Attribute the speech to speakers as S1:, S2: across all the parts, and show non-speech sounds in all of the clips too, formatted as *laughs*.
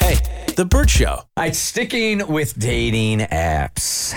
S1: Hey, The Burt Show.
S2: All right, sticking with dating apps.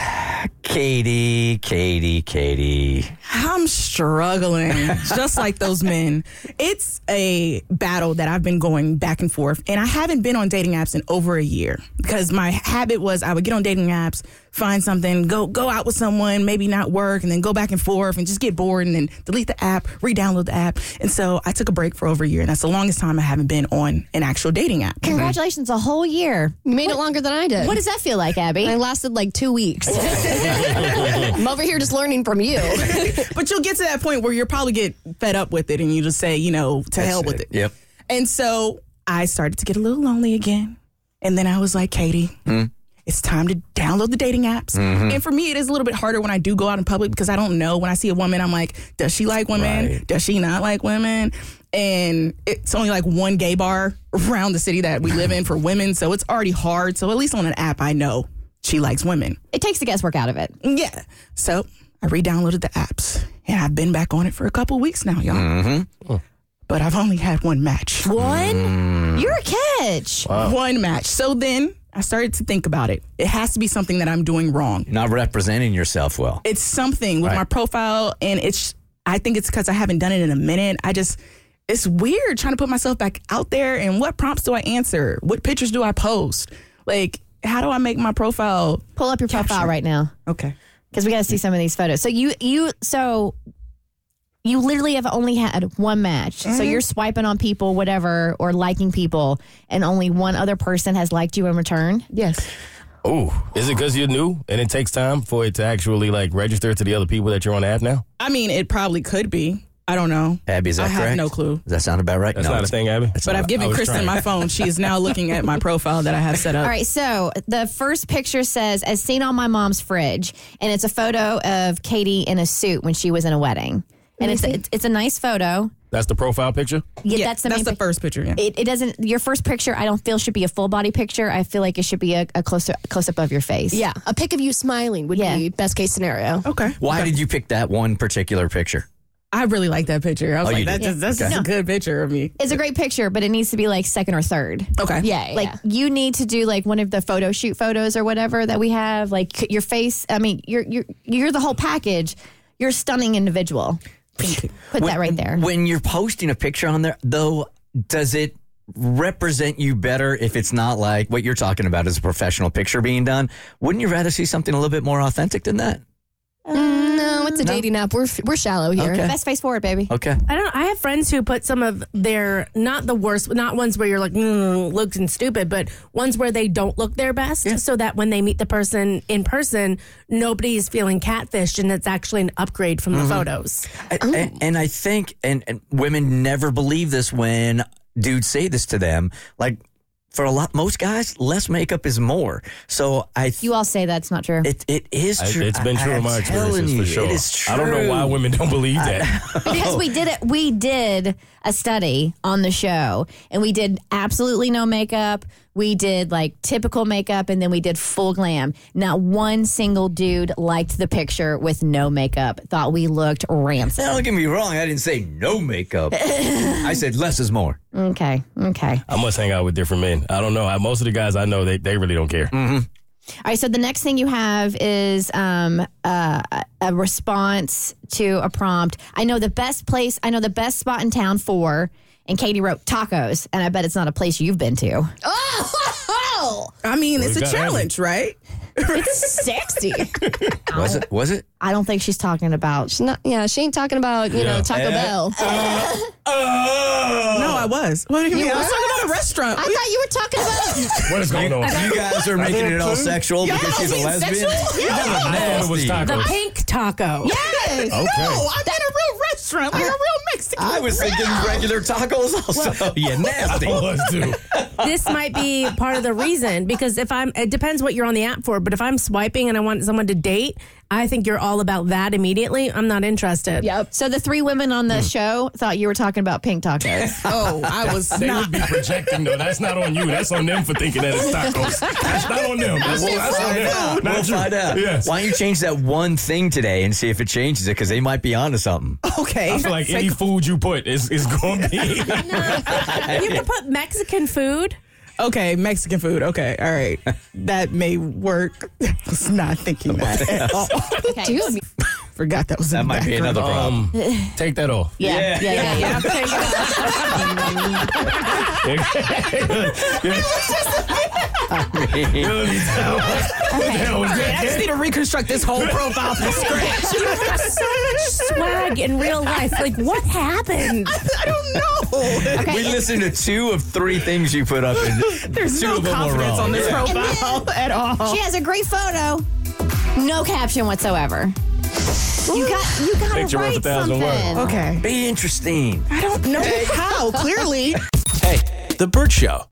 S2: Katie, Katie, Katie.
S3: I'm struggling, just like those men. It's a battle that I've been going back and forth, and I haven't been on dating apps in over a year because my habit was I would get on dating apps, find something, go go out with someone, maybe not work, and then go back and forth and just get bored and then delete the app, re-download the app. And so I took a break for over a year, and that's the longest time I haven't been on an actual dating app.
S4: Congratulations, a whole year.
S5: You made it longer than I did.
S4: What does that feel like, Abby?
S5: I lasted like two weeks. I'm over here just learning from you.
S3: but you'll get to that point where you'll probably get fed up with it and you just say, you know, to hell with it.
S2: Yep.
S3: And so I started to get a little lonely again. And then I was like, Katie,
S2: Hmm.
S3: it's time to download the dating apps.
S2: Mm-hmm.
S3: And for me, it is a little bit harder when I do go out in public because I don't know. When I see a woman, I'm like, does she like women?
S2: Right.
S3: Does she not like women? And it's only like one gay bar *laughs* around the city that we live in for women. So it's already hard. So at least on an app, I know she likes women.
S4: *laughs* It takes the guesswork out of it.
S3: Yeah. So I re-downloaded the apps, and I've been back on it for a couple weeks now, y'all. But I've only had one match.
S4: One? You're a catch.
S3: One match. So then I started to think about it. It has to be something that I'm doing wrong.
S2: Not representing yourself well.
S3: It's something with my profile, and it's. I think it's because I haven't done it in a minute. I just. It's weird trying to put myself back out there. And what prompts do I answer? What pictures do I post? Like, how do I make my profile?
S4: Pull up your profile right now
S3: Okay.
S4: because we got to see some of these photos. So you you so you literally have only had one match.
S5: Mm-hmm.
S4: So you're swiping on people, whatever, or liking people, and only one other person has liked you in return.
S3: Yes.
S6: Oh, is it because you're new and it takes time for it to actually like register to the other people that you're on the app now?
S3: I mean, it probably could be. I don't know.
S2: Abby, is that
S3: I have
S2: correct?
S3: no clue.
S2: Does that sound about right?
S6: That's
S2: no,
S6: not a
S2: it's-
S6: thing, Abby.
S2: it's
S3: But
S2: not.
S3: I've given Kristen my phone. She is now looking at my profile that I have set up.
S4: All right, so the first picture says, as seen on my mom's fridge, and it's a photo of Katie in a suit when she was in a wedding. And it's a, it's a nice photo.
S6: That's the profile picture?
S4: Yeah,
S3: Yeah,
S4: that's the main pic-
S3: first picture. Yeah.
S4: It, it doesn't. Your first picture, I don't feel should be a full body picture. I feel like it should be a, a close close up of your face.
S5: Yeah, Oh, a pic of you smiling would
S4: Yeah.
S5: be best case scenario.
S3: okay.
S2: Why did you pick that one particular picture?
S3: I really like that picture. I was
S2: Oh, you
S3: like, that
S2: did?
S3: just, that's just a good picture of me.
S4: It's a great picture, but it needs to be like second or third.
S3: Okay.
S5: Yeah,
S4: Like you need to do like one of the photo shoot photos or whatever that we have. Like c- your face. I mean, you're you're you're the whole package. You're a stunning individual. Put that right there.
S2: When you're posting a picture on there, though, does it represent you better if it's not like what you're talking about is a professional picture being done? Wouldn't you rather see something a little bit more authentic than that?
S5: no, it's a dating app. We're we're shallow here.
S2: Okay.
S4: Best face forward, baby.
S2: Okay.
S7: I don't. I have friends who put some of their not the worst, not ones where you're like mm, looking stupid, but ones where they don't look their best, so that when they meet the person in person, nobody is feeling catfished, and it's actually an upgrade from
S5: Mm-hmm.
S7: the photos.
S2: I- and, and I think, and, and women never believe this when dudes say this to them. Like for a lot, most guys, less makeup is more. So I, th-
S4: You all say that's not true.
S2: it it is
S6: I-
S2: true.
S6: it's been
S2: I-
S6: true in
S2: I'm
S6: my
S2: telling
S6: experiences
S2: you,
S6: for sure.
S2: It is true.
S6: I don't know why women don't believe that.
S4: because
S2: Oh.
S4: we did it we did a study on the show and we did absolutely no makeup we did like typical makeup and then we did full glam not one single dude liked the picture with no makeup thought we looked rancid
S2: Now, don't get me wrong. I didn't say no makeup. I said less is more.
S4: okay okay
S6: I must hang out with different men. I don't know. I, most of the guys I know, they, they really don't care.
S4: All right, so the next thing you have is um, uh, a response to a prompt. I know the best place, I know the best spot in town for, and Katie wrote tacos, and I bet it's not a place you've been to.
S3: I mean, it's
S6: you
S3: a
S6: got,
S3: challenge, right?
S4: It's sexy.
S2: Was it? Was it?
S4: *laughs* I don't think she's talking about.
S5: She's not. Uh, Yeah, she ain't talking about you know
S6: Yeah.
S5: Taco
S6: Eh,
S5: Bell.
S2: Uh,
S3: No, I was. What do you mean? I was talking about a restaurant.
S4: I thought you were talking about.
S6: What is going on?
S2: uh, You guys are making it all sexual because she's a lesbian.
S6: I thought it was
S2: Nasty.
S6: tacos.
S7: The pink taco.
S3: yes.
S6: Okay.
S3: No, I'm in a real restaurant, like a real
S2: *laughs*
S3: Mexican.
S2: I was thinking regular tacos also. yeah, nasty.
S6: I was too.
S7: this might be part of the reason because if I'm, it depends what you're on the app for, but if I'm swiping and I want someone to date, I think you're all about that immediately. I'm not interested.
S4: Yep. So the three women on
S6: Mm.
S4: the show thought you were talking about pink tacos.
S3: Oh, I was
S6: They
S3: not.
S6: would be projecting though. That's not on you. That's on them for thinking that it's tacos. That's not on them. That's, that's on them. Not
S2: We'll
S6: you.
S2: find out.
S6: Yes.
S2: Why don't you change that one thing today and see if it changes it? Because they might be onto something.
S3: Okay.
S6: I feel like any food you put is, is
S2: *laughs*
S6: going to be.
S7: You can put Mexican food.
S3: Okay, Mexican food. Okay, all right. That may work. *laughs* I was not thinking that at all.
S4: *laughs*
S3: *laughs*
S4: Okay.
S5: Dude,
S3: Forgot that was in
S2: That
S3: the
S2: might be
S3: background.
S2: another problem.
S6: Um, take that off.
S4: Yeah. Yeah. Yeah. yeah, *laughs*
S6: *laughs*
S3: um,
S2: *laughs*
S6: What the hell was
S3: I just
S6: that?
S3: need to reconstruct this whole *laughs* profile from scratch.
S7: You have so much swag in real life. Like, what happened?
S3: I don't know.
S4: Okay.
S2: We listened to two of three things you put up. And
S3: *laughs* There's
S2: Two
S3: no
S2: of them are
S3: confidence
S2: wrong.
S3: on this
S2: Yeah.
S3: profile at all.
S4: She has a great photo. No caption whatsoever. You got you got
S6: Picture
S4: to
S6: worth a
S4: write
S6: thousand
S4: something.
S6: words.
S3: Okay.
S2: be interesting.
S3: I don't know how, clearly.
S1: Hey, The Burt Show.